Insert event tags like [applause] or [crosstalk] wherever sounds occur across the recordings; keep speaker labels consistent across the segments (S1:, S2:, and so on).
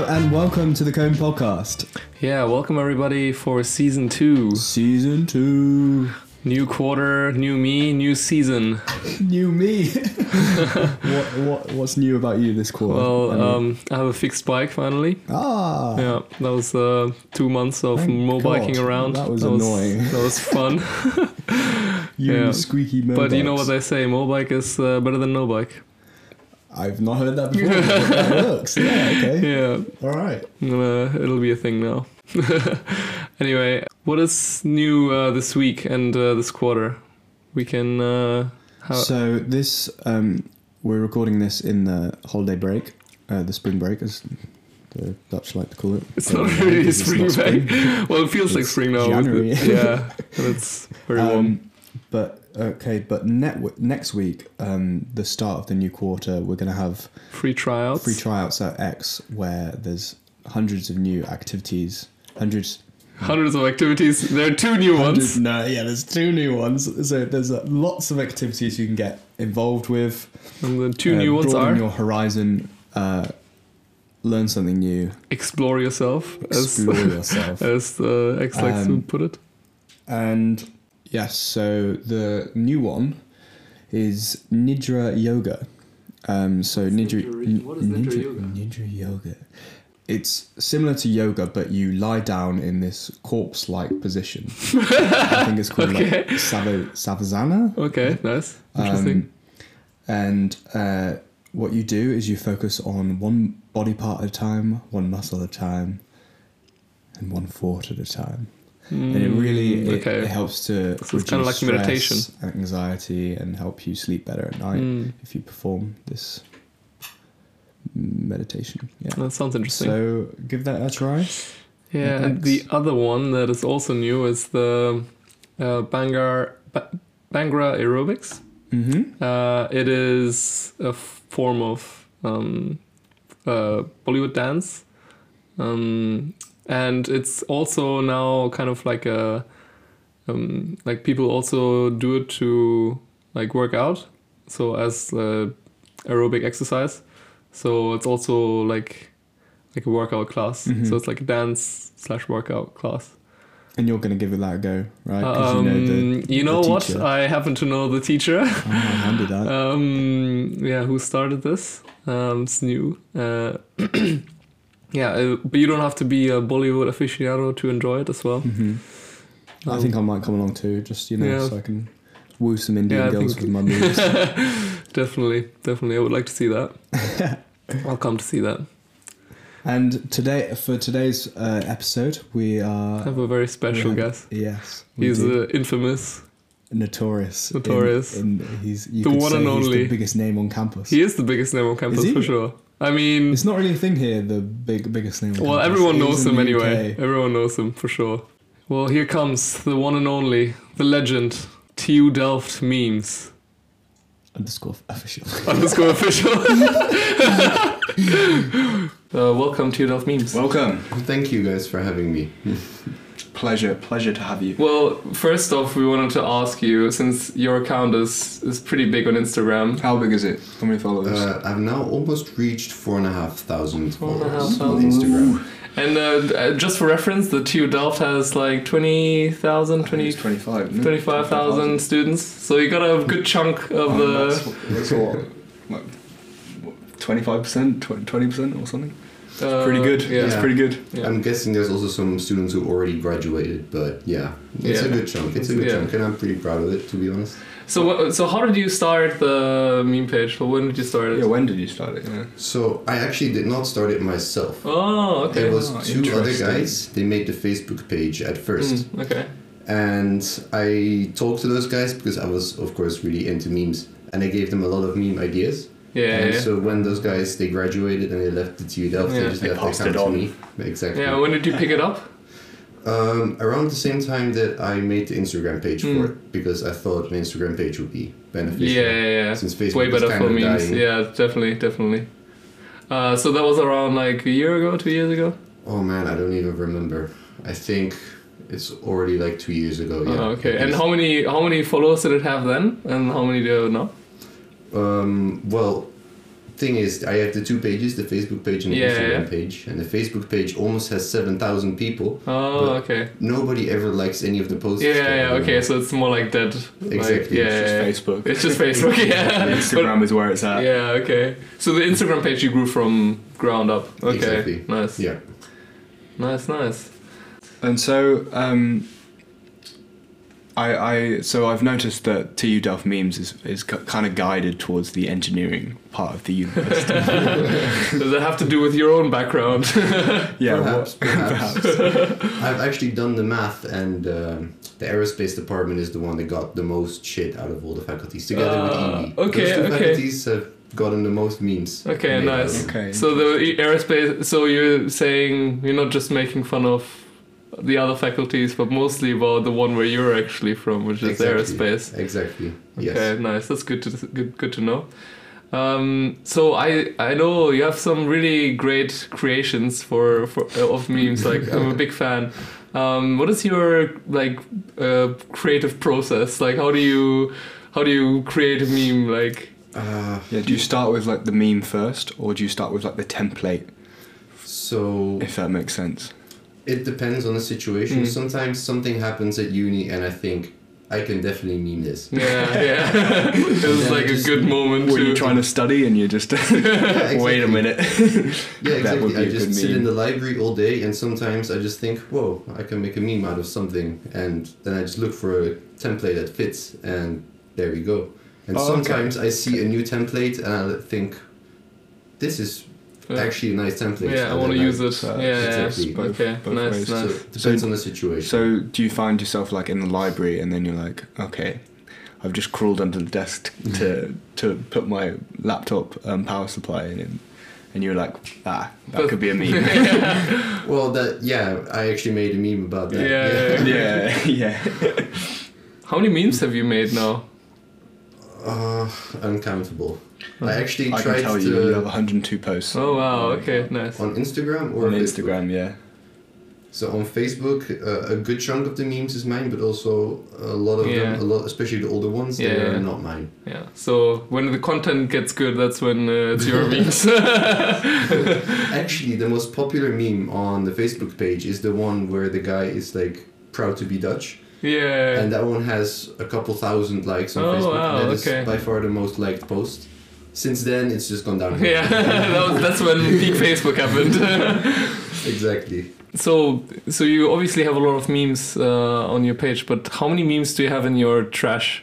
S1: welcome to the Cone Podcast,
S2: Yeah, welcome everybody for season two.
S1: season two.
S2: New quarter, new me, new season.
S1: New me. [laughs] what, what what's new about you this quarter?
S2: Well,
S1: I mean-
S2: um, I have a fixed bike finally.
S1: ah,
S2: Yeah, that was uh, two months of
S1: Thank
S2: mobiking
S1: God.
S2: around.
S1: That was annoying. [laughs]
S2: That was fun.
S1: you
S2: yeah.
S1: squeaky mobikes.
S2: but you know what they say, mobike is uh, better than no bike.
S1: I've not heard that before. but that
S2: [laughs]
S1: works. Yeah. Okay.
S2: Yeah,
S1: All right.
S2: I'm gonna- it'll be a thing now. [laughs] anyway, what is new uh, this week and uh, this quarter? We can. Uh, how,
S1: So this um, we're recording this in the holiday break, uh, the spring break, as the Dutch like to call it.
S2: It's
S1: Uh,
S2: not really
S1: because it's
S2: spring
S1: not
S2: break. [laughs] Well, it feels like
S1: It's
S2: spring now. isn't
S1: January.
S2: it?
S1: [laughs]
S2: [laughs] Yeah, it's very warm.
S1: Um, but okay, but net, next week, um, the start of the new quarter, we're going to have
S2: Free tryouts.
S1: free tryouts at X, where there's hundreds of new activities. Hundreds.
S2: Hundreds of activities. There are two new ones.
S1: No, yeah, there's two new ones. So there's uh, lots of activities you can get involved with.
S2: And the two
S1: Uh,
S2: new ones
S1: broaden
S2: are
S1: your horizon, uh, learn something new,
S2: explore yourself, as,
S1: explore yourself.
S2: as uh, X likes to
S1: Um,
S2: put it.
S1: And yes, so the new one is Nidra Yoga. Um, so Nidra,
S2: Nidra- what is Nidra Yoga?
S1: Nidra Yoga. It's similar to yoga, but you lie down in this corpse-like position. I think it's called like
S2: [laughs] Okay.
S1: sava- savasana.
S2: Okay, nice. Interesting.
S1: Um, and uh, what you do is you focus on one body part at a time, one muscle at a time, and one thought at a time. And it really
S2: Mm,
S1: it,
S2: okay.
S1: it helps to
S2: So it's kinda
S1: reduce
S2: like
S1: stress,
S2: meditation.
S1: anxiety, and help you sleep better at night
S2: Mm,
S1: if you perform this meditation. Yeah.
S2: that sounds interesting.
S1: So give that a try.
S2: yeah, and the
S1: thanks.
S2: other one that is also new is the uh, Bangar, ba- Bangra aerobics.
S1: Mm-hmm.
S2: Uh, it is a form of um, uh, Bollywood dance, um, and it's also now kind of like a um, like people also do it to like work out, so as uh, aerobic exercise. So it's also like like a workout class.
S1: Mhm.
S2: So it's like a dance slash workout class.
S1: And you're going to give it that a go, right? 'Cause
S2: Um,
S1: you know, the,
S2: you know
S1: the
S2: what? Uh,
S1: teacher.
S2: I happen to know the teacher.
S1: I'm not handed that.
S2: Um, yeah, who started this? Um, it's new. Uh, [clears throat] yeah, uh, but you don't have to be a Bollywood aficionado to enjoy it as well.
S1: Mhm. I
S2: Um,
S1: think I might come along too, just you know,
S2: yeah.
S1: so I can woo some Indian
S2: Yeah, I
S1: girls
S2: think-
S1: with my moves.
S2: [laughs] definitely, definitely, I would like to see that.
S1: [laughs]
S2: I'll come to see that.
S1: and today, for today's uh, episode, we
S2: I
S1: are
S2: have a very special
S1: we have-
S2: guest.
S1: Yes, we
S2: He's
S1: do.
S2: uh, infamous.
S1: notorious. in-
S2: notorious.
S1: In, he's you
S2: The
S1: could
S2: one
S1: say
S2: and
S1: he's
S2: only.
S1: the biggest name on campus.
S2: He is the biggest name on campus
S1: he?
S2: for sure. I mean,
S1: It's not really a thing here. The big biggest name. On
S2: well,
S1: campus.
S2: everyone
S1: It is
S2: knows
S1: in
S2: him
S1: the
S2: anyway.
S1: UK.
S2: Everyone knows him for sure. Well, here comes the one and only, the legend, TU Delft memes.
S1: Underscore official.
S2: underscore official. uh, welcome to Love Memes. Well,
S1: Welcome.
S3: Thank you guys for having me.
S1: Pleasure. Pleasure to have you.
S2: first off, we wanted to ask you since your account is, is pretty big on Instagram.
S1: How big is it? How many followers?
S3: Uh, I've now almost reached four and a half thousand
S2: Four and a half
S3: followers on
S2: thousand.
S3: Instagram.
S2: And uh, uh, just for reference, the TU Delft has like 20,000, 20,
S1: 25.
S2: 25,000 students. So you got a good chunk
S1: Oh,
S2: of the.
S1: that's what, like, twenty-five percent, twenty percent, or something.
S2: Uh,
S1: pretty good.
S2: Yeah.
S1: It's pretty good.
S2: Yeah.
S3: I'm guessing there's also some students who already graduated, but yeah, it's a
S2: Yeah.
S3: good chunk. It's a good
S2: Yeah.
S3: chunk, and I'm pretty proud of it, to be honest.
S2: So, wha- so how did you start the meme page? Well, when did you start it?
S4: Yeah, when did you start it? Yeah.
S3: So I actually did not start it myself.
S2: Oh, okay.
S3: There was
S4: Oh,
S3: two other
S4: interesting.
S3: guys. They made the Facebook page at first.
S2: Mm, okay.
S3: and I talked to those guys because I was, of course, really into memes, and I gave them a lot of meme ideas.
S2: Yeah,
S3: And
S2: yeah.
S3: Um, so when those guys they graduated and they left the TU Delft,
S2: Yeah.
S3: they just
S4: They
S3: left
S4: passed
S3: their
S4: it
S3: account
S4: on.
S3: to me. Exactly.
S2: Yeah, when did you pick it up?
S3: um, around the same time that I made the Instagram page
S2: Mm.
S3: for it because I thought an Instagram page would be beneficial.
S2: Yeah, yeah, yeah.
S3: Since
S2: It's
S3: Facebook
S2: way
S3: is
S2: better
S3: kind
S2: for
S3: of
S2: memes.
S3: dying.
S2: Yeah, definitely, definitely. Uh, so that was around like a year ago, two years ago.
S3: Oh man, I don't even remember. I think it's already like two years ago. Yeah.
S2: Oh, okay. And
S3: Yes.
S2: how many how many followers did it have then, and how many do you have now?
S3: Um, well, thing is, I have the two pages: the Facebook page and the
S2: Yeah,
S3: Instagram
S2: yeah.
S3: page. And the Facebook page almost has seven thousand people.
S2: Oh,
S3: But-
S2: okay.
S3: Nobody ever likes any of the posts.
S2: Yeah,
S3: that
S2: yeah, yeah,
S3: I
S2: okay.
S3: make.
S2: So it's more like that. Like,
S3: Exactly,
S2: yeah,
S3: it's
S2: yeah, yeah.
S4: It's just Facebook.
S2: Uh, It's just Facebook.
S1: [laughs]
S2: Yeah.
S1: Instagram is where it's
S2: But-
S1: at.
S2: yeah. Okay. So the Instagram page you grew from ground up. Okay.
S3: Exactly.
S2: Nice.
S3: Yeah.
S2: Nice. Nice. [laughs]
S1: And so, um, I, I, so I've noticed that TU Delft memes is, is kind of guided towards the engineering part of the
S3: [laughs]
S1: university.
S2: Does that have to do with your own background?
S1: [laughs] yeah,
S3: Perhaps,
S1: what-
S3: perhaps. I've actually done the math, and um, the aerospace department is the one that got the most shit out of all the faculties, together
S2: Ah,
S3: with ED.
S2: okay,
S3: Those two
S2: okay.
S3: faculties have gotten the most memes.
S2: Okay,
S3: made
S2: nice.
S3: out of
S1: Okay.
S2: so the e- aerospace. So you're saying you're not just making fun of the other faculties, but mostly about the one where you're actually from, which
S3: them.
S2: is aerospace.
S3: Exactly. Yes.
S2: Okay, nice. That's good to good, good to know. Um, so I I know you have some really great creations for, for of memes. Like I'm a big fan. Um, what is your like uh, creative process? Like how do you how do you create a meme? Like
S3: Uh,
S1: yeah, do you start with like the meme first, or do you start with like the template,
S3: so
S1: if that makes sense?
S3: it depends on the situation.
S2: Mm.
S3: Sometimes something happens at uni, and I think I can definitely meme
S2: [laughs]
S3: this.
S2: yeah yeah, [laughs] it was
S3: Yeah,
S2: like a
S3: just-
S2: good moment
S1: Were
S2: to
S1: you trying to study and you just [laughs]
S3: Yeah,
S1: wait a
S3: exactly.
S1: minute? [laughs]
S3: Yeah,
S1: That would
S3: exactly.
S1: be
S3: I
S1: a
S3: just
S1: good
S3: sit in
S1: meme.
S3: the library all day, and sometimes I just think, "Whoa, I can make a meme out of something," and then I just look for a template that fits, and there we go. And
S1: Oh, okay.
S3: sometimes I see a new template, and I think, "This is
S2: Yeah.
S3: actually a nice template."
S2: yeah I
S3: and
S2: want to
S3: then
S2: use it
S1: so-
S2: yeah, yeah.
S3: Exactly.
S1: Both-
S2: okay
S1: both
S2: nice
S1: ways.
S2: nice
S3: So it depends on the situation.
S1: So, do you find yourself like in the library and then you're like, okay, I've just crawled under the desk
S2: [laughs]
S1: to to put my laptop um, power supply in, and you're like, ah, that could be a
S2: [laughs]
S1: meme. [laughs]
S3: well, that yeah, I actually made a meme about that.
S2: Yeah, yeah,
S1: yeah, [laughs] yeah.
S2: How many memes have you made now?
S3: [laughs] Uh, uncountable. I actually
S1: I
S3: tried
S1: can tell
S3: to
S1: you, you have 102 posts
S2: Oh wow, okay, nice.
S3: on Instagram or
S1: on
S3: Facebook?
S1: Instagram. Yeah,
S2: [laughs]
S3: So on Facebook, uh, a good chunk of the memes is mine, but also a lot of
S2: Yeah.
S3: them, a lot, especially the older ones, they
S2: Yeah,
S3: are
S2: yeah.
S3: not
S2: [laughs]
S3: mine.
S2: Yeah. So when the content gets good, that's when uh, it's your
S1: [laughs]
S2: memes. [laughs]
S3: Actually, the most popular meme on the Facebook page is the one where the guy is like proud to be Dutch,
S2: yeah.
S3: and that one has a couple thousand likes on
S2: Oh,
S3: Facebook.
S2: wow,
S3: and that is
S2: okay.
S3: by far the most liked post. Since then, it's just gone downhill.
S2: [laughs] Yeah, [laughs] that was, that's when peak Facebook happened. [laughs]
S3: exactly.
S2: so, so you obviously have a lot of memes uh, on your page, but how many memes do you have in your trash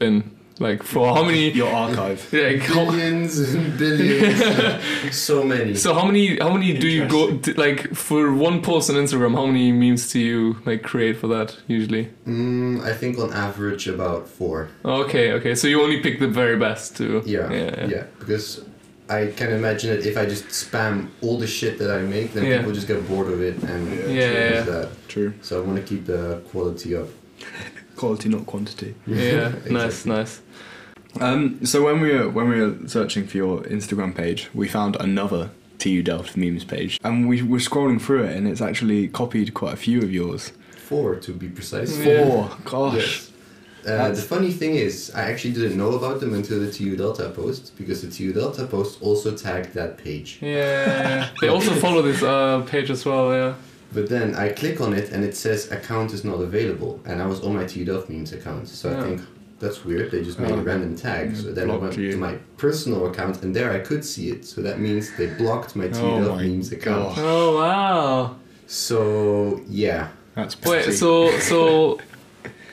S2: bin? Like for how
S1: [laughs]
S2: many?
S1: your archive.
S2: Like how,
S3: Billions
S2: [laughs]
S3: and billions, so many.
S2: so how many? How many do you go d like for one post on Instagram? How many memes do you like create for that usually?
S3: Mm, I think on average about four.
S2: Okay, okay. So you only pick the very best too.
S3: Yeah, yeah, Because I can imagine that if I just spam all the shit that I make, then
S2: Yeah.
S3: people just get bored of it and
S1: Yeah.
S3: change
S2: Yeah, yeah.
S3: that.
S1: True.
S3: So I want to keep the quality up.
S1: Quality, not quantity.
S3: [laughs]
S2: Yeah, nice,
S3: Exactly.
S2: nice.
S1: Um, so when we were when we were searching for your Instagram page, we found another TU Delft memes page, and we were scrolling through it, and it's actually copied quite a few of yours.
S3: Four to be precise.
S2: Yeah.
S1: Four, gosh.
S3: Yes. Uh,
S1: That's-
S3: the funny thing is, I actually didn't know about them until the TU Delta post because the TU Delta post also tagged that page.
S2: Yeah, they also follow this uh, page as well. Yeah.
S3: But then I click on it and it says account is not available, and I was on my TU Delft memes account, so
S2: Yeah.
S3: I think that's weird. They just made
S1: Oh.
S3: a random tag. So then I
S1: Blocked
S3: went
S1: you.
S3: to my personal account, and there I could see it. So that means they blocked my TU
S1: Oh
S3: Delft
S1: my
S3: memes
S1: God.
S3: account.
S2: Oh wow.
S3: So yeah,
S1: That's
S2: Wait.
S1: petty.
S2: So so,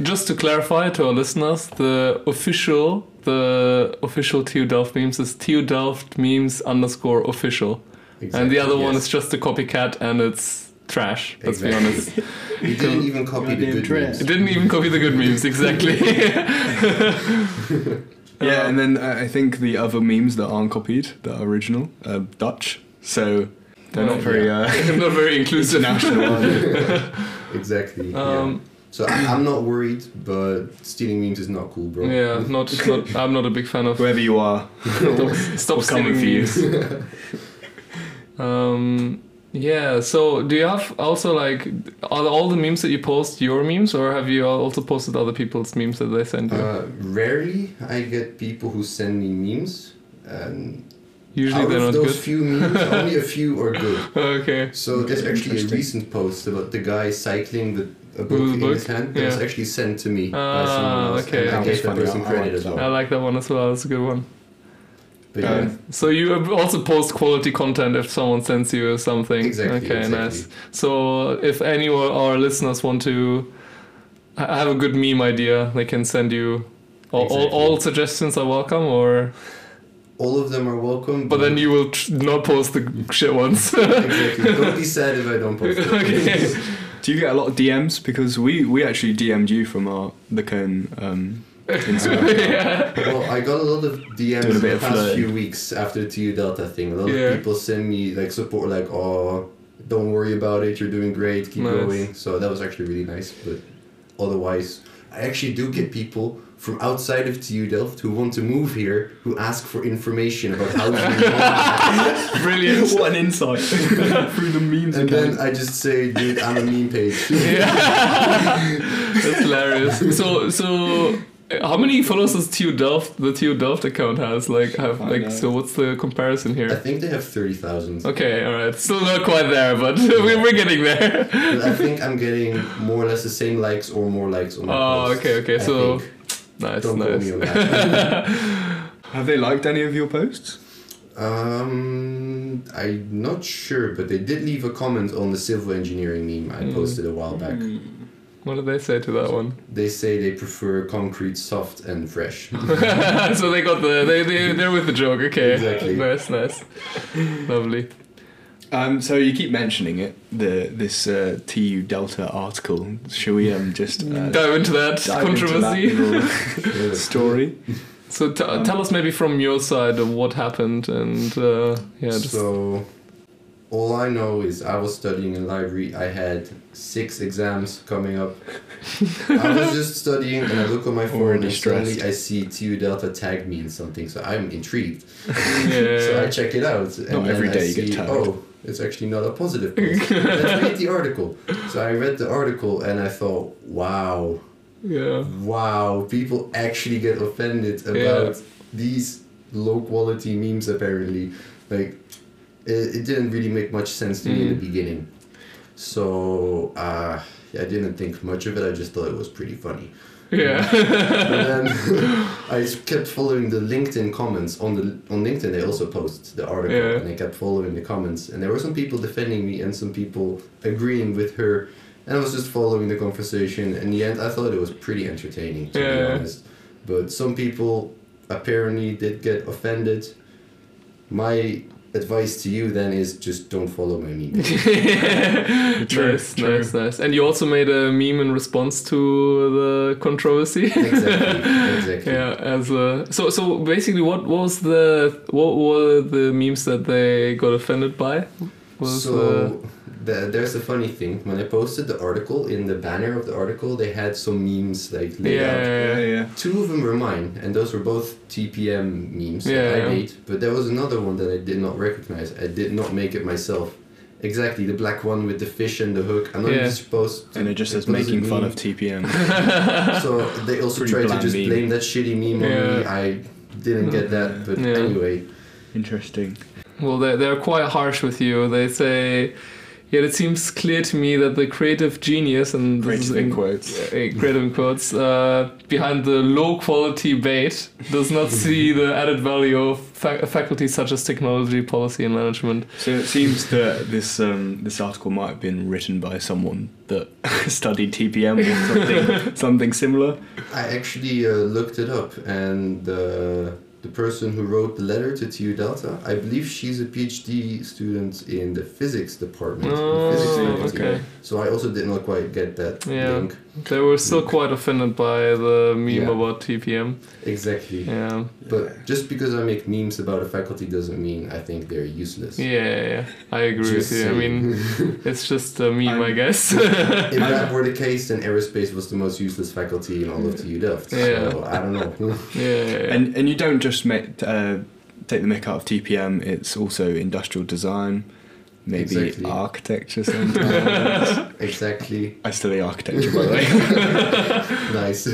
S2: just to clarify to our listeners, the official the official TU Delft memes is TU Delft memes underscore official,
S3: exactly.
S2: and the other one
S3: yes.
S2: is just a copycat and it's trash. [laughs] Let's be
S3: Exactly.
S2: honest.
S3: You didn't
S2: [laughs]
S3: even copy the
S1: Goddamn
S3: good
S1: trash.
S3: memes.
S2: It didn't even copy the good memes exactly.
S3: [laughs]
S1: Yeah,
S2: Uh,
S1: and then I I think the other memes that aren't copied that are original are Dutch, so they're not
S2: Right,
S1: very uh,
S2: [laughs] not very inclusive. [laughs]
S1: international. uh,
S3: exactly. yeah.
S2: Um,
S3: So I, I'm not worried, but stealing memes is not cool, bro.
S2: yeah, not, not. I'm not a big fan
S3: [laughs]
S2: of
S1: Whoever you are,
S2: Stop, stop
S1: We're coming
S2: stealing
S1: for
S2: memes. um, yeah. So, do you have also like are all the memes that you post your memes, or have you also posted other people's memes that they send you?
S3: Uh, rarely I get people who send me memes, and
S2: Usually
S3: Out
S2: they're not
S3: of those
S2: good.
S3: few memes,
S2: [laughs]
S3: only a few are good.
S2: okay.
S3: So there's actually a
S1: Interesting.
S3: recent post about the guy cycling with a book
S2: With a
S3: in
S2: book?
S3: his hand that was
S2: Yeah.
S3: actually sent to me by
S2: Ah,
S3: someone else.
S2: okay.
S3: And I
S1: That was
S3: gave that
S1: funny.
S3: person
S1: I
S3: credit
S1: liked
S3: as
S1: that.
S2: I
S3: well.
S2: like that one as well. That's a good one.
S3: But
S1: Uh,
S3: yeah,
S2: So you ab- also post quality content if someone sends you something.
S3: Exactly,
S2: Okay,
S3: exactly.
S2: nice. So if any of our listeners want to ha- have a good meme idea, they can send you. All,
S3: Exactly.
S2: all, all suggestions are welcome, or
S3: all of them are welcome.
S2: but then you will tr- not post the shit ones. [laughs]
S3: exactly. Don't be sad if I don't post it.
S2: okay.
S1: Do you get a lot of DMs? Because we, we actually DM'd you from our the cone um, Instagram.
S2: [laughs] yeah.
S3: Well, I got a lot of DMs
S1: Doing a
S3: in
S1: bit
S3: the
S1: of
S3: past
S1: flirting.
S3: few weeks after the TU Delta thing. A lot
S2: Yeah.
S3: of people send me like support, like, "Oh, don't worry about it. You're doing great. Keep
S2: Nice.
S3: going." So that was actually really nice. But otherwise, I actually do get people from outside of TU Delft who want to move here who ask for information about how to
S2: [laughs]
S3: move
S1: [laughs]
S2: Brilliant.
S1: what an insight through the memes
S3: And
S1: account.
S3: then I just say, dude, I'm a
S2: [laughs]
S3: meme page.
S2: Yeah. That's hilarious. So so uh, how many followers does TU Delft the TU Delft account has? Like have
S1: I
S2: like
S1: know.
S2: so what's the comparison
S3: I
S2: here?
S3: think they have 30,000.
S2: Okay, alright. Still not quite there, but [laughs] we're we're getting there.
S3: But I think I'm getting more or less the same likes or more likes on my
S2: Oh,
S3: posts,
S2: okay, okay,
S3: I
S2: so-
S3: think.
S2: Nice,
S3: Don't
S2: [laughs]
S3: quote me on
S2: nice.
S1: Have they liked any of your posts?
S3: Um, I'm not sure, but they did leave a comment on the civil engineering meme I
S2: Mm.
S3: posted a while
S1: Hmm.
S3: back.
S2: What did they say to that one? [laughs]
S3: They say they prefer concrete soft and fresh.
S2: so they got the they they they're with the joke, okay.
S3: Exactly.
S2: Nice, nice. Lovely.
S1: Um, so you keep mentioning it, the this uh, TU Delta article. Shall we um, just uh,
S2: dive into
S1: dive into
S2: that
S1: that
S2: controversy.
S1: little
S2: [laughs]
S3: Sure.
S1: story?
S2: So t- uh, tell us maybe from your side of what happened and uh, yeah, just
S3: So, all I know is I was studying in library. I had six exams coming up. I was just studying, and I look on my phone,
S1: Already
S3: and suddenly
S1: stressed.
S3: I see TU Delta tag me in something. So I'm intrigued. So I
S2: yeah.
S3: check it out. And
S1: Uh, Not every
S3: then
S1: day
S3: I
S1: you
S3: see,
S1: get tagged.
S3: Oh, it's actually not a positive
S1: [laughs]
S3: post. Let's read the article. So I read the article and I thought, wow,
S2: yeah.
S3: wow, people actually get offended about these low quality memes apparently. Like, it, it didn't really make much sense to me in the
S1: Mm.
S3: beginning. So uh, I didn't think much of it. I just thought it was pretty funny.
S2: [laughs] Yeah.
S3: And then
S2: [laughs]
S3: [laughs] I s- kept following the LinkedIn comments on the on LinkedIn. They also post the article,
S2: Yeah.
S3: and I kept following the comments. And there were some people defending me and some people agreeing with her. And I was just following the conversation. In the end, I thought it was pretty entertaining, to
S2: Yeah.
S3: be honest. But some people apparently did get offended. My advice to you then is just don't follow my
S2: [laughs]
S3: meme.
S1: True,
S2: nice,
S1: true.
S2: nice, nice. And you also made a meme in response to the controversy. [laughs]
S3: exactly, exactly.
S2: yeah, as a, so so basically, what was the what were the memes that they got offended by? Was uh,
S3: so the, there's a funny thing. When I posted the article, in the banner of the article, they had some memes like
S2: yeah,
S3: laid out.
S2: yeah, yeah.
S1: yeah.
S3: Two of them were mine, and those were both TPM memes that
S2: Yeah.
S3: I made. But there was another one that I did not recognize. I did not make it myself. Exactly, the black one with the fish and the hook. I'm not
S2: Yeah.
S3: even supposed to.
S1: And it just says
S3: what does it
S1: making fun
S3: mean?
S1: of
S2: [laughs]
S1: TPM.
S3: So they also
S1: Pretty
S3: tried to
S1: bland
S3: just
S1: meme.
S3: blame that shitty meme on me.
S2: Yeah.
S3: I didn't get that, but
S2: Yeah.
S3: anyway.
S1: Interesting.
S2: Well, they're, they're quite harsh with you. They say, yet it seems clear to me that the creative genius and this is
S1: Creative in quotes.
S2: eh, creative in quotes uh, behind the low quality bait
S1: [laughs]
S2: does not see the added value of fa- faculties such as technology, policy, and management.
S1: So it seems that this um, this article might have been written by someone that [laughs] studied TPM or
S2: [laughs]
S1: something something similar.
S3: I actually uh, looked it up, and uh, the person who wrote the letter to TU Delta, I believe she's a PhD student in the physics department. the physics
S2: Oh,
S3: faculty.
S2: okay.
S3: So I also did not quite get that
S2: Yeah.
S3: link.
S2: They were still quite offended by the meme
S3: Yeah.
S2: about TPM.
S3: Exactly.
S2: Yeah.
S3: But just because I make memes about a faculty doesn't mean I think they're useless.
S2: Yeah, yeah, yeah. I agree
S3: Just
S2: with you. I mean, it's just a meme, I
S1: I'm-
S2: guess. [laughs]
S3: [laughs] If that were the case, then aerospace was the most useless faculty in all of TU Delft. So
S2: Yeah.
S3: I don't know. [laughs]
S2: yeah, yeah, yeah.
S1: And and you don't just make, uh, take the mick out of TPM. It's also industrial design, maybe
S3: Exactly.
S1: architecture. Sometimes.
S2: [laughs]
S3: exactly. [laughs]
S1: I study architecture, by the way.
S3: Nice.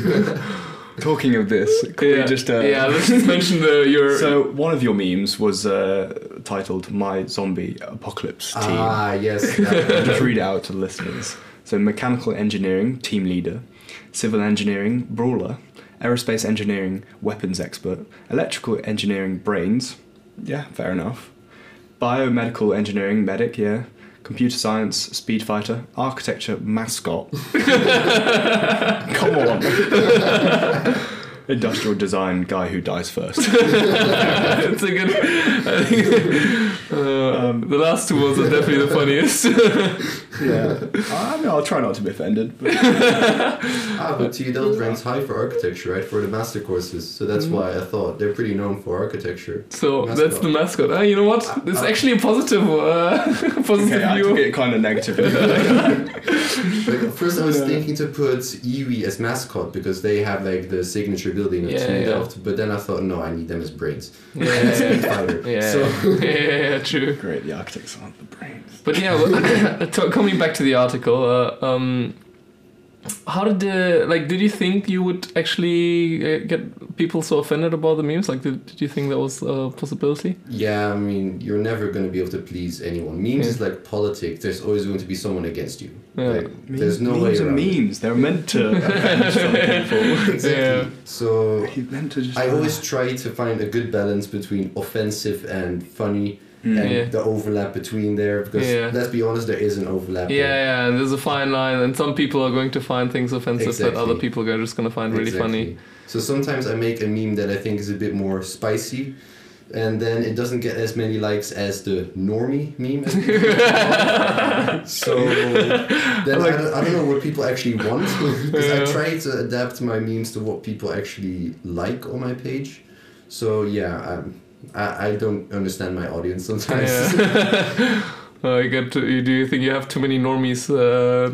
S1: Talking of this, could
S2: yeah.
S1: we just uh,
S2: yeah, let's just mention the your.
S1: [laughs] So one of your memes was uh, titled "My Zombie Apocalypse Team."
S3: Ah,
S2: [laughs]
S3: yes. that
S1: [laughs] Just read it out to the listeners. So mechanical engineering team leader, civil engineering brawler, aerospace engineering weapons expert, electrical engineering brains. Yeah, fair enough. Biomedical engineering medic. Yeah. Computer science speed fighter, architecture mascot. Come on. [laughs] Industrial design guy who dies first.
S2: [laughs] it's a good. I think, uh,
S1: Um,
S2: the last two ones are definitely the funniest. [laughs]
S1: [laughs] Yeah, I mean, I'll try not to be offended. [laughs] But
S3: one. ah, but TDL ranks high for architecture, right? For the master courses. So that's why I thought they're pretty known for architecture.
S2: so
S3: Mascot.
S2: that's the mascot. Ah, you know what? It's actually a positive, uh, [laughs] positive
S1: okay, I
S2: view.
S1: took it kind of negatively. [laughs]
S3: Like, at first, I was
S1: Yeah.
S3: thinking to put Iwi as mascot because they have like the signature building of
S2: Yeah,
S3: Team
S2: yeah.
S3: Delft. But then I thought, no, I need them as brains.
S2: Yeah,
S3: And
S2: yeah,
S3: Speed
S2: yeah.
S3: fighter.
S1: [laughs]
S2: Yeah.
S3: So
S2: yeah, yeah, true.
S1: Great, the architects aren't the brains.
S2: But yeah, well, [coughs] to- coming back to the article, uh, um, how did the like? Did you think you would actually uh, get people so offended about the memes? Like, did, did you think that was a possibility?
S3: yeah, I mean, you're never gonna be able to please anyone. Memes is like politics. There's always going to be someone against you.
S2: Yeah.
S3: Like, there's no
S1: memes
S3: way
S1: are
S3: around. [laughs] it.
S1: memes. They're meant [laughs] to offend some
S3: Exactly.
S2: Yeah.
S3: So
S1: people. [laughs] He's meant to just.
S3: I always try to find a good balance between offensive and funny
S1: Hmm.
S3: and
S2: Yeah.
S3: the overlap between there because
S2: Yeah.
S3: let's be honest there is an overlap
S2: Yeah,
S3: there.
S2: yeah, and there's a fine line, and some people are going to find things offensive that
S3: Exactly.
S2: other people are just going to find really funny.
S3: Exactly. so sometimes I make a meme that I think is a bit more spicy and then it doesn't get as many likes as the normie
S2: [laughs]
S3: meme as people call it. so then I, don't, I don't know what people actually
S2: [laughs]
S3: want because I
S2: Yeah.
S3: try to adapt my memes to what people actually like on my page so yeah i I, I don't understand my audience [laughs] sometimes
S2: Yeah. [laughs] Uh, you get to, you, do you think you have too many normies, uh,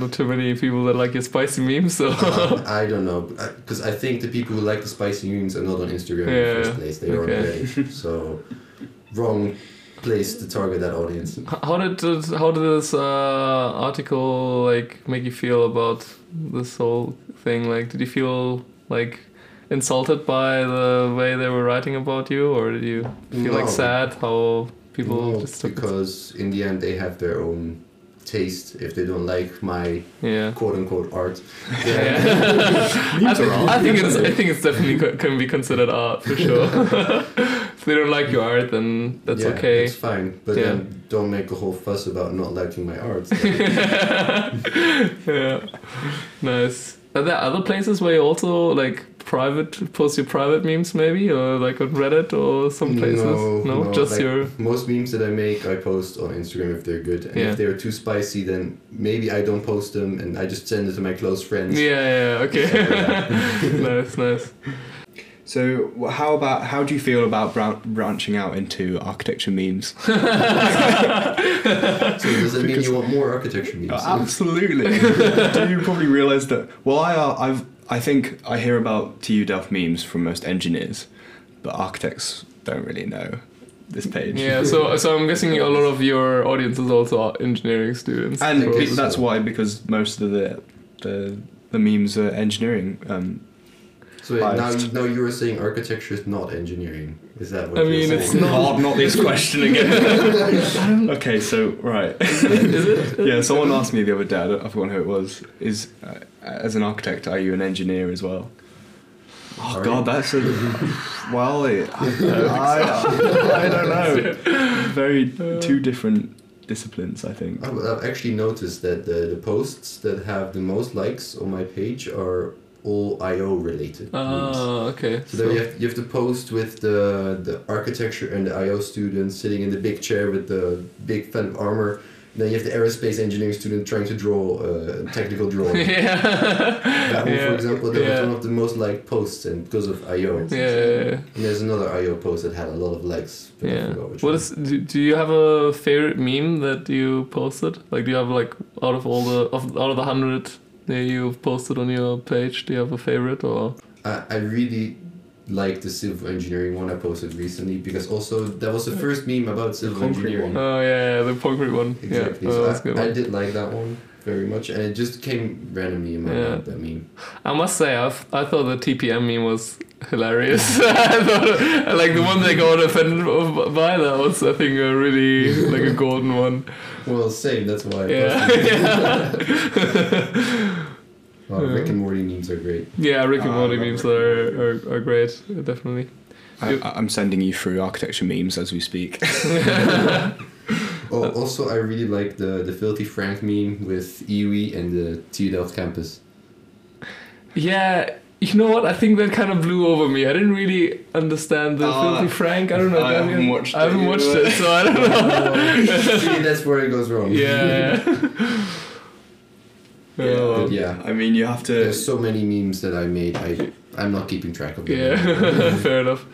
S2: not too many people that like your spicy memes? So [laughs]
S3: Um, I don't know, because I think the people who like the spicy memes are not on Instagram in
S2: Yeah,
S3: the first place. They are on
S2: okay. [laughs]
S3: Reddit, so wrong place to target that audience.
S2: H- how did it, how did this uh, article like make you feel about this whole thing? Like, did you feel like insulted by the way they were writing about you, or did you feel like
S3: No.
S2: sad how people
S3: No,
S2: just took it?
S3: because in the end they have their own taste. If they don't like my [laughs]
S2: Yeah.
S3: quote unquote art,
S2: Yeah. I,
S3: [laughs]
S1: Memes
S2: think,
S1: are art.
S2: I think it's I think it's definitely co- can be considered art for
S3: [laughs]
S2: sure. [laughs] if they don't like your art, then that's
S3: yeah,
S2: okay.
S3: It's fine, but
S2: Yeah.
S3: then don't make a whole fuss about not liking my
S2: [laughs]
S3: art.
S2: yeah, nice. Are there other places where you also like private post your private memes maybe, or like on Reddit or some places?
S3: No, no,
S2: just
S3: like-
S2: your.
S3: Most memes that I make, I post on Instagram if they're good, and
S2: Yeah.
S3: if they're too spicy, then maybe I don't post them, and I just send it to my close friends.
S2: Yeah, yeah, yeah, okay. [laughs] nice, nice.
S1: So, wh- how about how do you feel about brou- branching out into architecture [laughs] memes?
S3: So does that mean you want more architecture memes?
S1: [laughs] absolutely. do you probably realise that? Well, I uh, I've I think I hear about TU Delft memes from most engineers, but architects don't really know this page.
S2: Yeah, so so I'm guessing a lot of your audience is also engineering students.
S1: And
S3: Because-
S1: be- that's why, because most of the the, the memes are engineering. Um,
S3: so wait, now,
S1: biased.
S3: now you were saying architecture is not engineering. Is that what
S2: I
S3: you're
S2: mean,
S3: saying?
S2: it's not-
S1: not this question again. okay, so right,
S2: is
S1: [laughs]
S2: it?
S1: yeah. Someone asked me the other day. I don't- I forgot who it was. Is uh, as an architect, are you an engineer as well? Oh
S3: Are
S1: God, that's a well. It, I, I, I don't know. Very two different disciplines, I think.
S3: I've I've actually noticed that the, the posts that have the most likes on my page are all IO related. memes.
S2: Oh, okay. [laughs]
S3: So there you have, you have to post with the the architecture and the IO student sitting in the big chair with the big fan of armor. Then you have the aerospace engineering student trying to draw uh, a technical
S2: [laughs]
S3: drawing.
S2: yeah.
S3: That one, for example, that was
S2: yeah.
S3: one of the most liked posts, and because of IO.
S2: yeah.
S3: And there's another IO post that had a lot of likes. But I
S2: Yeah.
S3: forgot which
S2: What
S3: one.
S2: is? Do, do you have a favorite meme that you posted? Like, do you have like out of all the of out of the hundred that you've posted on your page, do you have a favorite or?
S3: I, I really like the civil engineering one I posted recently because also that was the first meme about civil
S1: concrete
S3: engineering.
S2: Oh yeah, yeah, the concrete one.
S3: Exactly.
S2: Yeah, oh,
S3: so
S2: that's a good.
S3: I,
S2: one.
S3: I did like that one very much, and it just came randomly in my
S2: Yeah.
S3: head. That meme.
S2: I must say, I, f- I thought the TPM meme was hilarious. [laughs] I thought, like the one they got offended of- by, that was I think a really like a
S3: [laughs]
S2: golden one.
S3: Well, same. That's why. I
S2: Yeah, [laughs]
S3: posted it. [laughs]
S2: yeah.
S3: Wow, Rick and Morty memes are great.
S2: yeah Rick and
S1: Ah,
S2: Morty
S1: I love
S2: memes
S1: Rick and
S2: are, are, are great,
S3: [laughs]
S2: definitely.
S1: I, I- I'm sending you through architecture memes as we speak.
S3: Oh, also, I really like the the filthy Frank meme with Iwi and the TU Delft campus.
S2: [laughs] Yeah, you know what? I think that kind of blew over me. I didn't really understand the
S1: Oh,
S2: filthy Frank. I don't know.
S1: I
S2: Damien.
S1: haven't watched
S2: I haven't
S1: it
S2: watched
S1: either.
S2: it, so I don't
S1: [laughs]
S2: know.
S3: Oh, See, that's where it goes wrong.
S2: yeah. yeah.
S3: But
S2: well,
S3: yeah.
S1: I mean, you have to.
S3: [laughs] There's so many memes that I made. I I'm not keeping track of
S2: [laughs] [laughs]
S3: them.
S2: Yeah, fair enough.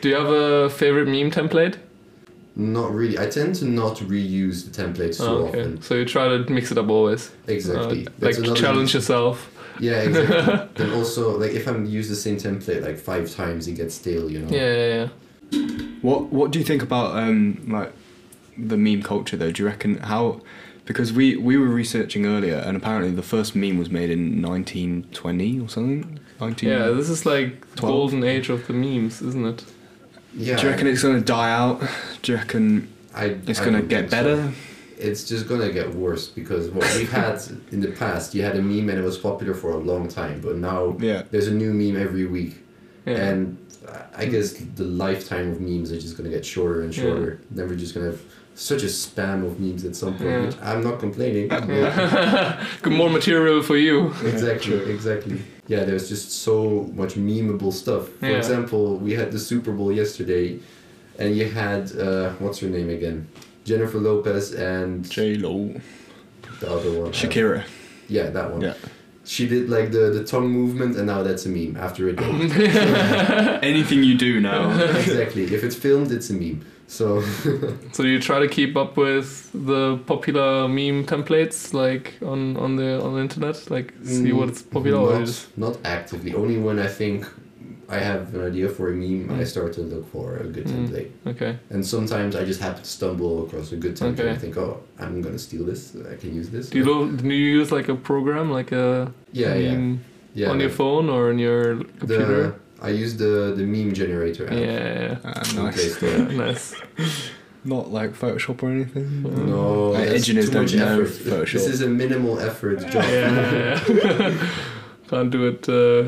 S2: Do you have a favorite meme template?
S3: Not really. I tend to not reuse the templates too
S2: Oh, okay.
S3: often.
S2: So you try to mix it up always.
S3: Exactly.
S2: Uh,
S3: That's
S2: like
S3: another
S2: challenge yourself.
S3: Yeah, exactly. and also, like, if I'm use the same template like five times, it gets stale, you know.
S2: [laughs] Yeah, yeah, yeah.
S1: What What do you think about um like the meme culture though? Do you reckon how? Because we we were researching earlier, and apparently the first meme was made in 1920 or something. 19.
S2: Yeah, this is like the
S1: Twelve.
S2: golden age of the memes, isn't it?
S3: Yeah.
S1: Do you reckon it's gonna die out? Do you reckon
S3: I,
S1: it's
S3: I
S1: gonna
S3: don't
S1: get
S3: think so.
S1: better?
S3: It's just gonna get worse because what
S1: [laughs]
S3: we've had in the past, you had a meme and it was popular for a long time, but now
S1: Yeah.
S3: there's a new meme every week,
S2: Yeah.
S3: and I-
S1: Mm.
S3: I guess the lifetime of memes are just gonna get shorter and
S2: Yeah.
S3: shorter. Then we're just gonna have such a spam of memes at some point.
S2: Yeah.
S3: Which I'm not complaining.
S2: [laughs] Good, more material for
S1: [laughs]
S2: you. [laughs]
S3: exactly, exactly. Yeah, there's just so much memeable stuff. For
S2: Yeah.
S3: example, we had the Super Bowl yesterday, and you had uh, what's her name again? Jennifer Lopez and
S1: J Lo,
S3: the other one. uh,
S1: Shakira.
S3: yeah, that one.
S1: Yeah.
S3: She did like the, the tongue movement, and now that's a meme after it.
S2: [laughs]
S1: Anything you do
S3: [laughs]
S1: now.
S3: exactly. If it's filmed, it's a meme. So
S2: So you try to keep up with the popular meme templates, like on on the on the internet, like see what's popular. Or you
S3: Mm, Not,
S2: just,
S3: not actively. Only when I think I have an idea for a meme, I start to look for a good
S2: Mm.
S3: template.
S2: okay.
S3: And sometimes I just happen to stumble across a good template and I
S2: Okay.
S3: think, oh, I'm gonna steal this. I can use this.
S2: Do you lo- do you use like a program, like a
S3: yeah, yeah,
S2: meme
S3: yeah.
S2: on your phone or on your
S3: the,
S2: computer?
S3: I use the the meme generator app.
S2: Yeah, yeah,
S3: [laughs]
S1: Ah,
S3: from Play
S1: nice.
S3: Store.
S2: yeah. nice.
S3: [laughs]
S1: Not like Photoshop or anything.
S3: No,
S1: Uh,
S3: that's
S1: engineers
S3: too
S1: don't
S3: much
S1: know
S3: effort.
S1: Photoshop.
S3: This is a minimal effort job.
S2: yeah, yeah, yeah. [laughs] can't do it uh,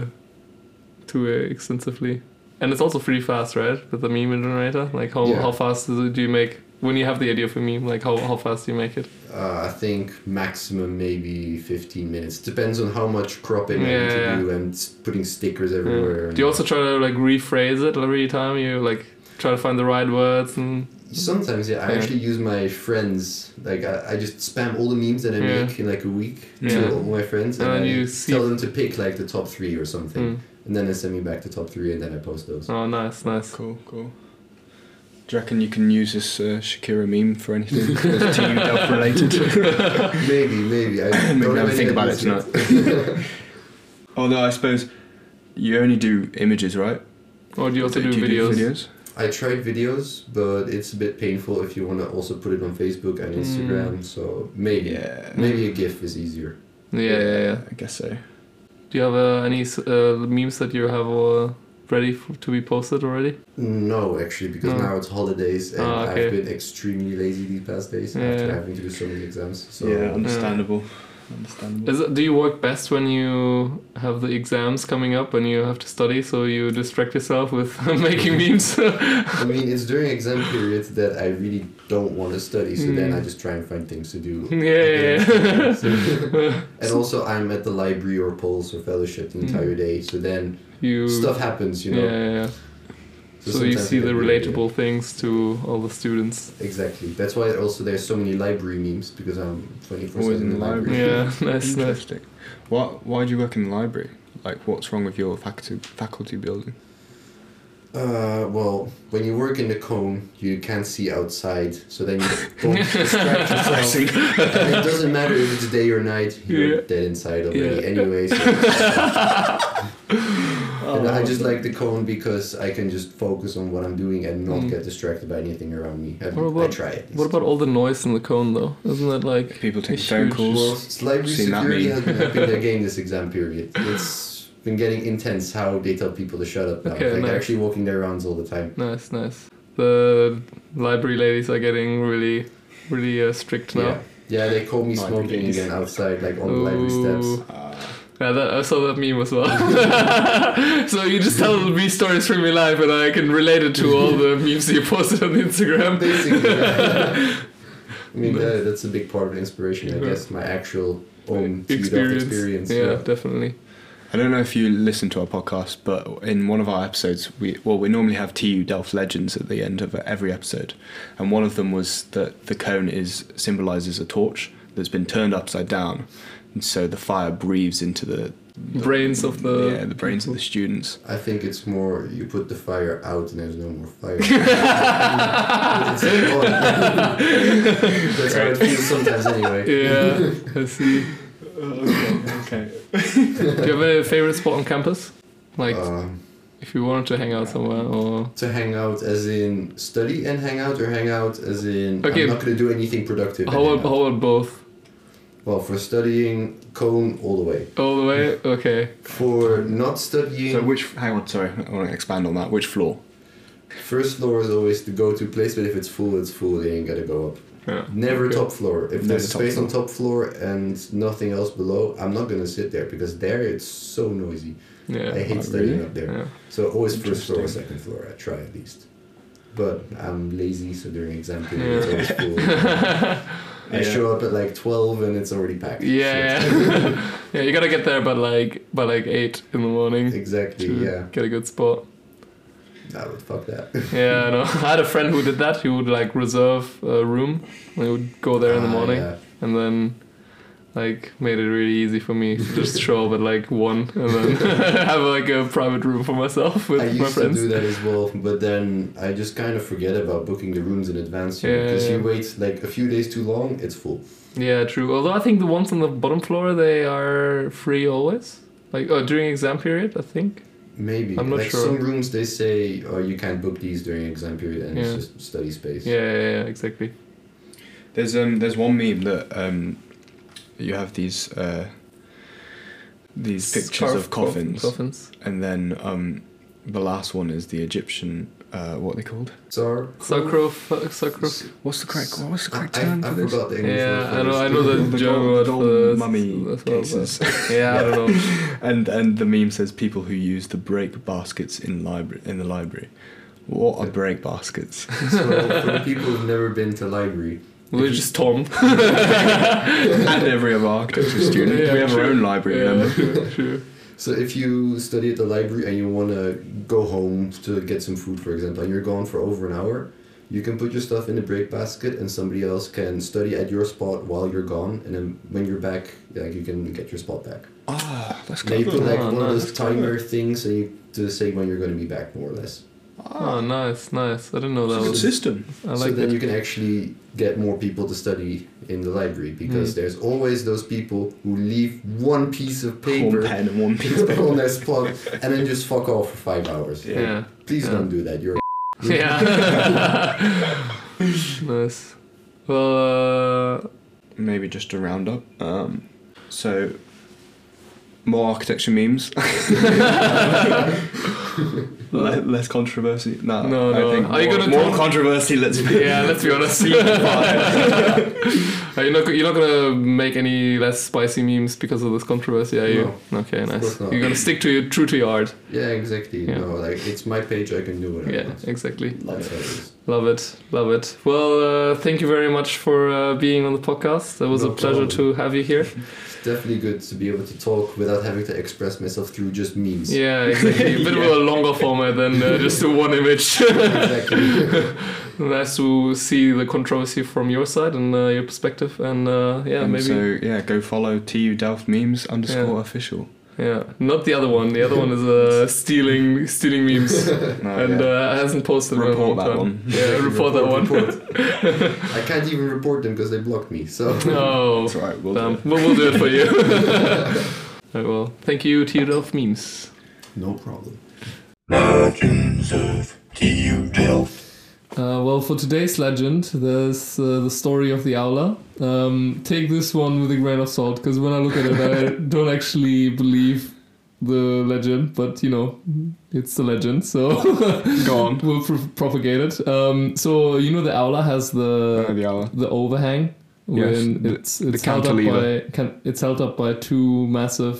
S2: too uh, extensively. And it's also pretty fast, right? With the meme generator, like how
S3: Yeah.
S2: how fast is it, do you make when you have the idea for meme? Like how how fast do you make it?
S3: Uh, I think maximum maybe 15 minutes. Depends on how much cropping I need
S2: Yeah.
S3: to do and s- putting stickers
S2: Yeah.
S3: everywhere. and-
S2: Do you also try to like rephrase it every time you like try to find the right words and hmm.
S3: Mm-hmm. Sometimes, yeah, I
S2: Yeah.
S3: actually use my friends. Like, I, I just spam all the memes that I
S2: Yeah.
S3: make in like a week
S2: Yeah.
S3: to all my friends, and,
S2: And
S3: I
S2: you see-
S3: tell them to pick like the top three or something,
S2: Mm.
S3: and then they send me back the top three, and then I post those.
S2: oh nice nice
S1: Cool, cool. Do you reckon you can use this uh, Shakira meme for anything that's to you Delph related?
S3: [laughs] maybe, maybe.
S2: [laughs]
S3: I don't
S1: Maybe
S3: have
S1: have a
S3: any
S1: think about it
S3: ideas
S1: tonight. Although Oh, I suppose you only do images, right?
S2: or do you also do,
S1: you
S2: videos?
S3: yet. [laughs] I tried videos, but it's a bit painful if you want to also put it on Facebook and
S2: Mm.
S3: Instagram. So maybe,
S1: Yeah.
S3: maybe a GIF is easier.
S2: Yeah, yeah yeah
S1: I guess so.
S2: do you have uh, any s- uh, memes that you have uh, ready f- to be posted already
S3: No, actually, because
S2: No.
S3: now it's holidays and
S2: Ah, okay.
S3: I've been extremely lazy these past days after
S2: Yeah.
S3: having to do so many exams. So
S1: yeah, understandable. Understandable.
S2: Is it, do you work best when you have the exams coming up and you have to study so you distract yourself with [laughs] making memes
S3: [laughs] I mean, it's during exam periods that I really don't want to study, so then I just try and find things to do.
S2: [laughs] Hmm. [laughs] Yeah, yeah, yeah.
S3: [laughs]
S2: [laughs]
S3: So- and also, I'm at the library or polls or fellowship the entire day, so then
S2: you
S3: stuff happens, you know.
S2: Hmm. yeah, yeah, yeah. so you
S3: sometimes
S2: see
S3: it
S2: the
S3: can be-
S2: relatable things to all the students
S3: Exactly. That's why also there's so many library memes because I'm 24
S1: Always
S3: seven
S1: in the library.
S2: yeah [laughs] nice nice
S1: Interesting. Why, why do you work in the library? Like, what's wrong with your faculty, faculty building?
S3: Uh, well, when you work in the cone, you can't see outside, so then you
S2: [laughs]
S1: [laughs]
S3: don't [laughs] distract yourself. and it doesn't matter if it's day or night, you're
S2: Yeah. [laughs]
S3: dead inside already
S2: Yeah.
S3: anyway. So And I
S2: Oh.
S3: just like the cone because I can just focus on what I'm doing and not
S2: Mm.
S3: get distracted by anything around me. I,
S2: What
S3: I
S2: about-
S3: try it.
S2: What about all the noise in the cone though? Isn't that like
S1: People taking
S2: It's
S1: phone
S2: huge.
S3: Well,
S1: calls.
S3: it's library
S1: Seen that
S3: security
S1: meme.
S3: has been
S2: [laughs]
S3: helping their game this exam period. It's been getting intense how they tell people to shut up now.
S2: Okay,
S3: like,
S2: nice.
S3: They're actually walking their rounds all the time.
S2: nice, nice? The library ladies are getting really, really uh, strict now.
S3: Yeah. Yeah, they call me
S1: Library
S3: smoking
S1: days.
S3: again outside, like on the library
S2: Ooh.
S3: steps.
S1: Uh,
S2: Yeah, that, I saw that meme as well. [laughs] so you just tell me stories from your life, and I can relate it to all
S3: [laughs]
S2: the memes you posted on Instagram.
S3: Basically,
S2: [laughs]
S3: yeah. I mean, that, that's a big part of the inspiration, I guess. My actual own feed of
S2: experience.
S3: experience.
S2: yeah,
S3: [laughs]
S2: definitely.
S1: I don't know if you listen to our podcast, but in one of our episodes, we well, we normally have TU Delft legends at the end of every episode, and one of them was that the cone is symbolizes a torch that's been turned upside down, and so the fire breathes into the, the
S2: Brains of the
S1: yeah the brains of the students.
S3: I think it's more you put the fire out and there's no more fire. It's
S2: [laughs]
S3: on. That's how it feels sometimes anyway.
S2: [laughs] Yeah, I see.
S1: okay.
S2: [laughs] Do you have a favorite spot on campus? Like,
S3: Um,
S2: if you wanted to hang out somewhere, or
S3: to hang out as in study and hang out, or hang out as in
S2: Okay.
S3: I'm not gonna do anything productive. and
S2: how
S3: hang
S2: about,
S3: out.
S2: how about both?
S3: Well, for studying, cone all the way.
S2: All the way? Okay.
S3: For not studying,
S1: So which? Hang on, sorry, I want to expand on that. Which floor?
S3: first floor is always the go-to place, but if it's full, it's full. They ain't gotta go up.
S2: Yeah.
S3: Never
S2: Okay.
S3: top floor. If
S1: Never
S3: there's a
S1: top
S3: space on
S1: floor.
S3: top floor and nothing else below, I'm not gonna sit there because there it's so noisy. I
S2: Yeah. uh,
S3: hate
S1: Oh,
S3: studying
S1: really?
S3: up there.
S2: Yeah.
S3: So always first floor or
S1: Interesting.
S3: second floor. I try at least. But I'm lazy, so during
S2: [laughs]
S3: exam period
S2: Yeah.
S3: it's always full. I
S1: Yeah.
S3: show up at like twelve and it's already packed.
S2: Yeah, yeah. [laughs] yeah, you gotta get there by like by like eight in the
S3: So-
S2: morning
S3: exactly.
S2: to
S3: Yeah.
S2: get a good spot.
S3: I would fuck that.
S2: Yeah, I know. [laughs] I had a friend who did that. He would like reserve a room. and He would go there in the
S3: Ah,
S2: morning,
S3: yeah.
S2: and then like made it really easy for me to just show up at like one, and then [laughs] have like a private room for myself with
S3: I
S2: my
S3: used to
S2: friends.
S3: do that as well, but then I just kind of forget about booking the rooms in advance you know,
S2: Yeah,
S3: because
S2: yeah.
S3: you wait like a few days too long, it's full.
S2: Yeah, true. Although I think the ones on the bottom floor they are free always. Like oh, during exam period, I think.
S3: Maybe
S2: I'm not
S3: like
S2: sure.
S3: some rooms they say oh you can't book these during exam period and
S2: Yeah.
S3: it's just study space.
S2: Yeah, yeah, yeah exactly.
S1: There's um there's one meme that um you have these uh these pictures
S2: Scarf-
S1: of coffins
S2: Coffins.
S1: and then um the last one is the Egyptian uh what are they called?
S3: Tsar.
S2: Sacro, sacro.
S1: [laughs] What's the correct what's the
S3: I,
S1: correct
S3: I,
S1: term
S3: I
S1: for this?
S3: forgot the English
S2: Yeah,
S3: word
S2: I
S3: for
S2: know,
S3: this.
S2: I know the
S1: The
S2: German
S1: gold-
S2: word
S1: the
S2: for
S1: gold
S2: this-
S1: mummy
S2: this word,
S1: cases.
S2: but- Yeah, I don't know.
S1: [laughs] And and the meme says people who use the break baskets in library in the library. What are break
S2: [laughs]
S1: baskets?
S3: [laughs] so for the people who've never been to library,
S2: We're just Tom.
S1: [laughs] and every other architecture student.
S2: Yeah,
S1: we have
S2: true.
S1: our own library,
S2: yeah,
S1: remember?
S2: true, true.
S3: so if you study at the library and you want to go home to get some food, for example, and you're gone for over an hour, you can put your stuff in the break basket and somebody else can study at your spot while you're gone, and then when you're back, like you can get your spot back.
S1: Ah, that's
S3: Now you
S1: good.
S3: put like
S2: Oh,
S3: one of
S2: nice.
S3: those timer things and you, to say when you're going to be back, more or less.
S2: Oh, nice, nice. I didn't know that
S1: It's a ah, good
S2: was.
S1: system.
S2: I
S3: so
S2: like
S3: then
S2: that.
S3: you can actually get more people to study in the library because
S2: Hmm.
S3: there's always those people who leave one piece of
S1: One
S3: [laughs] paper
S1: pen and one piece of [laughs] paper.
S3: on their spot and then just fuck off for five hours.
S2: Yeah.
S3: Please
S2: Yeah.
S3: don't do that. You're
S2: Yeah. [laughs] nice. Well, uh,
S1: maybe just a roundup. Um, so, more architecture memes. Le- less controversy. No,
S2: No,
S1: I
S2: no.
S1: Think
S2: Are you
S1: more,
S2: gonna
S1: more
S2: talk-
S1: controversy? Let's be.
S2: [laughs]
S1: [laughs]
S2: yeah. Let's be honest. [laughs] Are you not? go- You're not gonna make any less spicy memes because of this controversy, are you? Okay, nice.
S3: course not.
S2: You're gonna stick to your true to your art.
S3: yeah, exactly.
S2: Yeah.
S3: No, like it's my page. I can do what I
S2: Yeah,
S3: want.
S2: exactly.
S3: That's how it is.
S2: Love it, love it. Well, uh, thank you very much for uh, being on the podcast. It was
S3: No
S2: a pleasure
S3: problem.
S2: to have you here.
S3: It's definitely good to be able to talk without having to express myself through
S1: [laughs]
S3: just memes.
S2: Yeah, exactly. A bit of a longer format than uh, just a one image. [laughs]
S3: exactly.
S2: nice to see the controversy from your side and uh, your perspective, and uh, yeah,
S1: And
S2: maybe
S1: Um, So yeah, go follow tu delft memes underscore
S2: Yeah.
S1: official.
S2: yeah, not the other one. The other one is uh,
S1: [laughs]
S2: stealing stealing memes.
S3: [laughs]
S1: No,
S2: And
S1: Oh, yeah.
S2: uh, hasn't posted in a
S1: Report
S2: long
S1: that
S2: time.
S1: one.
S2: Yeah, report that one.
S3: report. I can't even report them because they blocked me. So
S2: [laughs] Oh,
S1: That's right. We'll
S2: damn.
S1: do
S2: But we'll
S1: [laughs]
S2: [laughs] do it for you. Alright, well, thank you, Theodore of Memes.
S3: [laughs] no problem.
S4: Legends of TU Delft.
S2: Uh, well, for today's legend, there's uh, the story of the Owler. Um, take this one with a grain of salt, because when I look at it,
S1: [laughs]
S2: I don't actually believe the legend, but you know, it's the legend, so [laughs]
S1: Go on.
S2: we'll pro- propagate it. Um, so you know, the Owler has the
S1: Uh, the hour.
S2: the overhang
S1: Yes,
S2: when
S1: the-
S2: it's it's
S1: the
S2: held up by
S1: cantilever.
S2: can, it's held up by two massive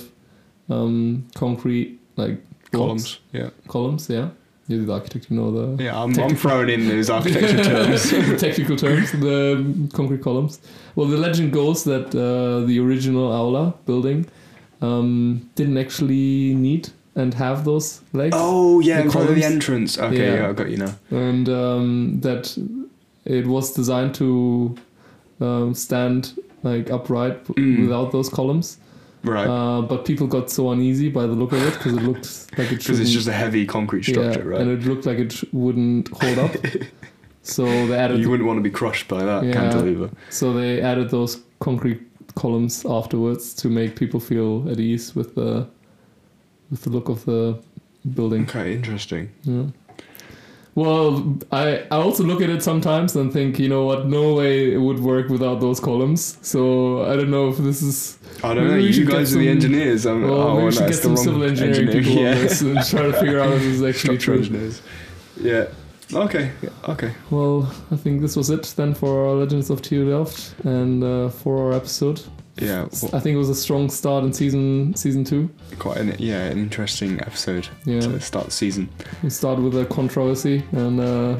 S2: um, concrete like blocks-
S1: Columns. Yeah.
S2: columns. Yeah, you're the architect. You know the
S1: Yeah, I'm, I'm throwing in
S2: [laughs]
S1: those architecture terms.
S2: technical terms. The concrete columns. Well, the legend goes that uh, the original aula building um, didn't actually need and have those legs.
S1: Oh yeah,
S2: The
S1: in front of the
S2: columns?
S1: entrance. Okay,
S2: Yeah.
S1: yeah, I got you now.
S2: and um, that it was designed to um, stand like upright b-
S1: Mm.
S2: without those columns.
S1: Right.
S2: Uh, but people got so uneasy by the look of it because it
S1: [laughs]
S2: looked like it
S1: because it's
S2: shouldn't-
S1: just a heavy concrete structure,
S2: mm. yeah,
S1: right?
S2: and it looked like it sh- wouldn't hold
S1: [laughs]
S2: up. so they added
S1: you wouldn't want to be crushed by that
S2: Yeah.
S1: cantilever.
S2: so they added those concrete columns afterwards to make people feel at ease with the with the look of the building.
S1: Okay, interesting.
S2: Yeah. Well, I, I also look at it sometimes and think, you know what, no way it would work without those columns. So I don't know if this is.
S1: I don't
S2: Maybe
S1: know.
S2: we
S1: You
S2: should get
S1: guys
S2: some-
S1: are the engineers. I'm,
S2: Well,
S1: oh,
S2: maybe we
S1: well,
S2: should
S1: that's
S2: get
S1: the
S2: some
S1: wrong
S2: civil engineering
S1: engineer. [laughs]
S2: people on
S1: yeah.
S2: this and try to figure out if this is
S1: Structural
S2: actually true.
S1: engineers. Yeah. Okay. Okay.
S2: Well, I think this was it then for our Legends of TU Delft and uh, for our episode.
S1: Yeah.
S2: I think it was a strong start in season season two.
S1: well, quite an yeah an interesting episode
S2: Yeah,
S1: to start the season.
S2: we start with a controversy and uh,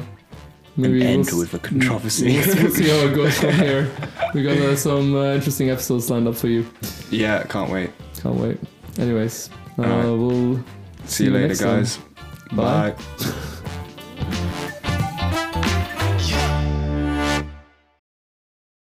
S2: maybe we'll s-
S1: a
S2: [laughs] We'll, we'll see how it goes from here. We got uh, some uh, interesting episodes lined up for you.
S1: [laughs] yeah. Can't wait.
S2: Can't wait. Anyways, uh,
S1: Alright.
S2: we'll
S1: See you later,
S2: next time.
S1: guys.
S2: Bye.
S1: Bye.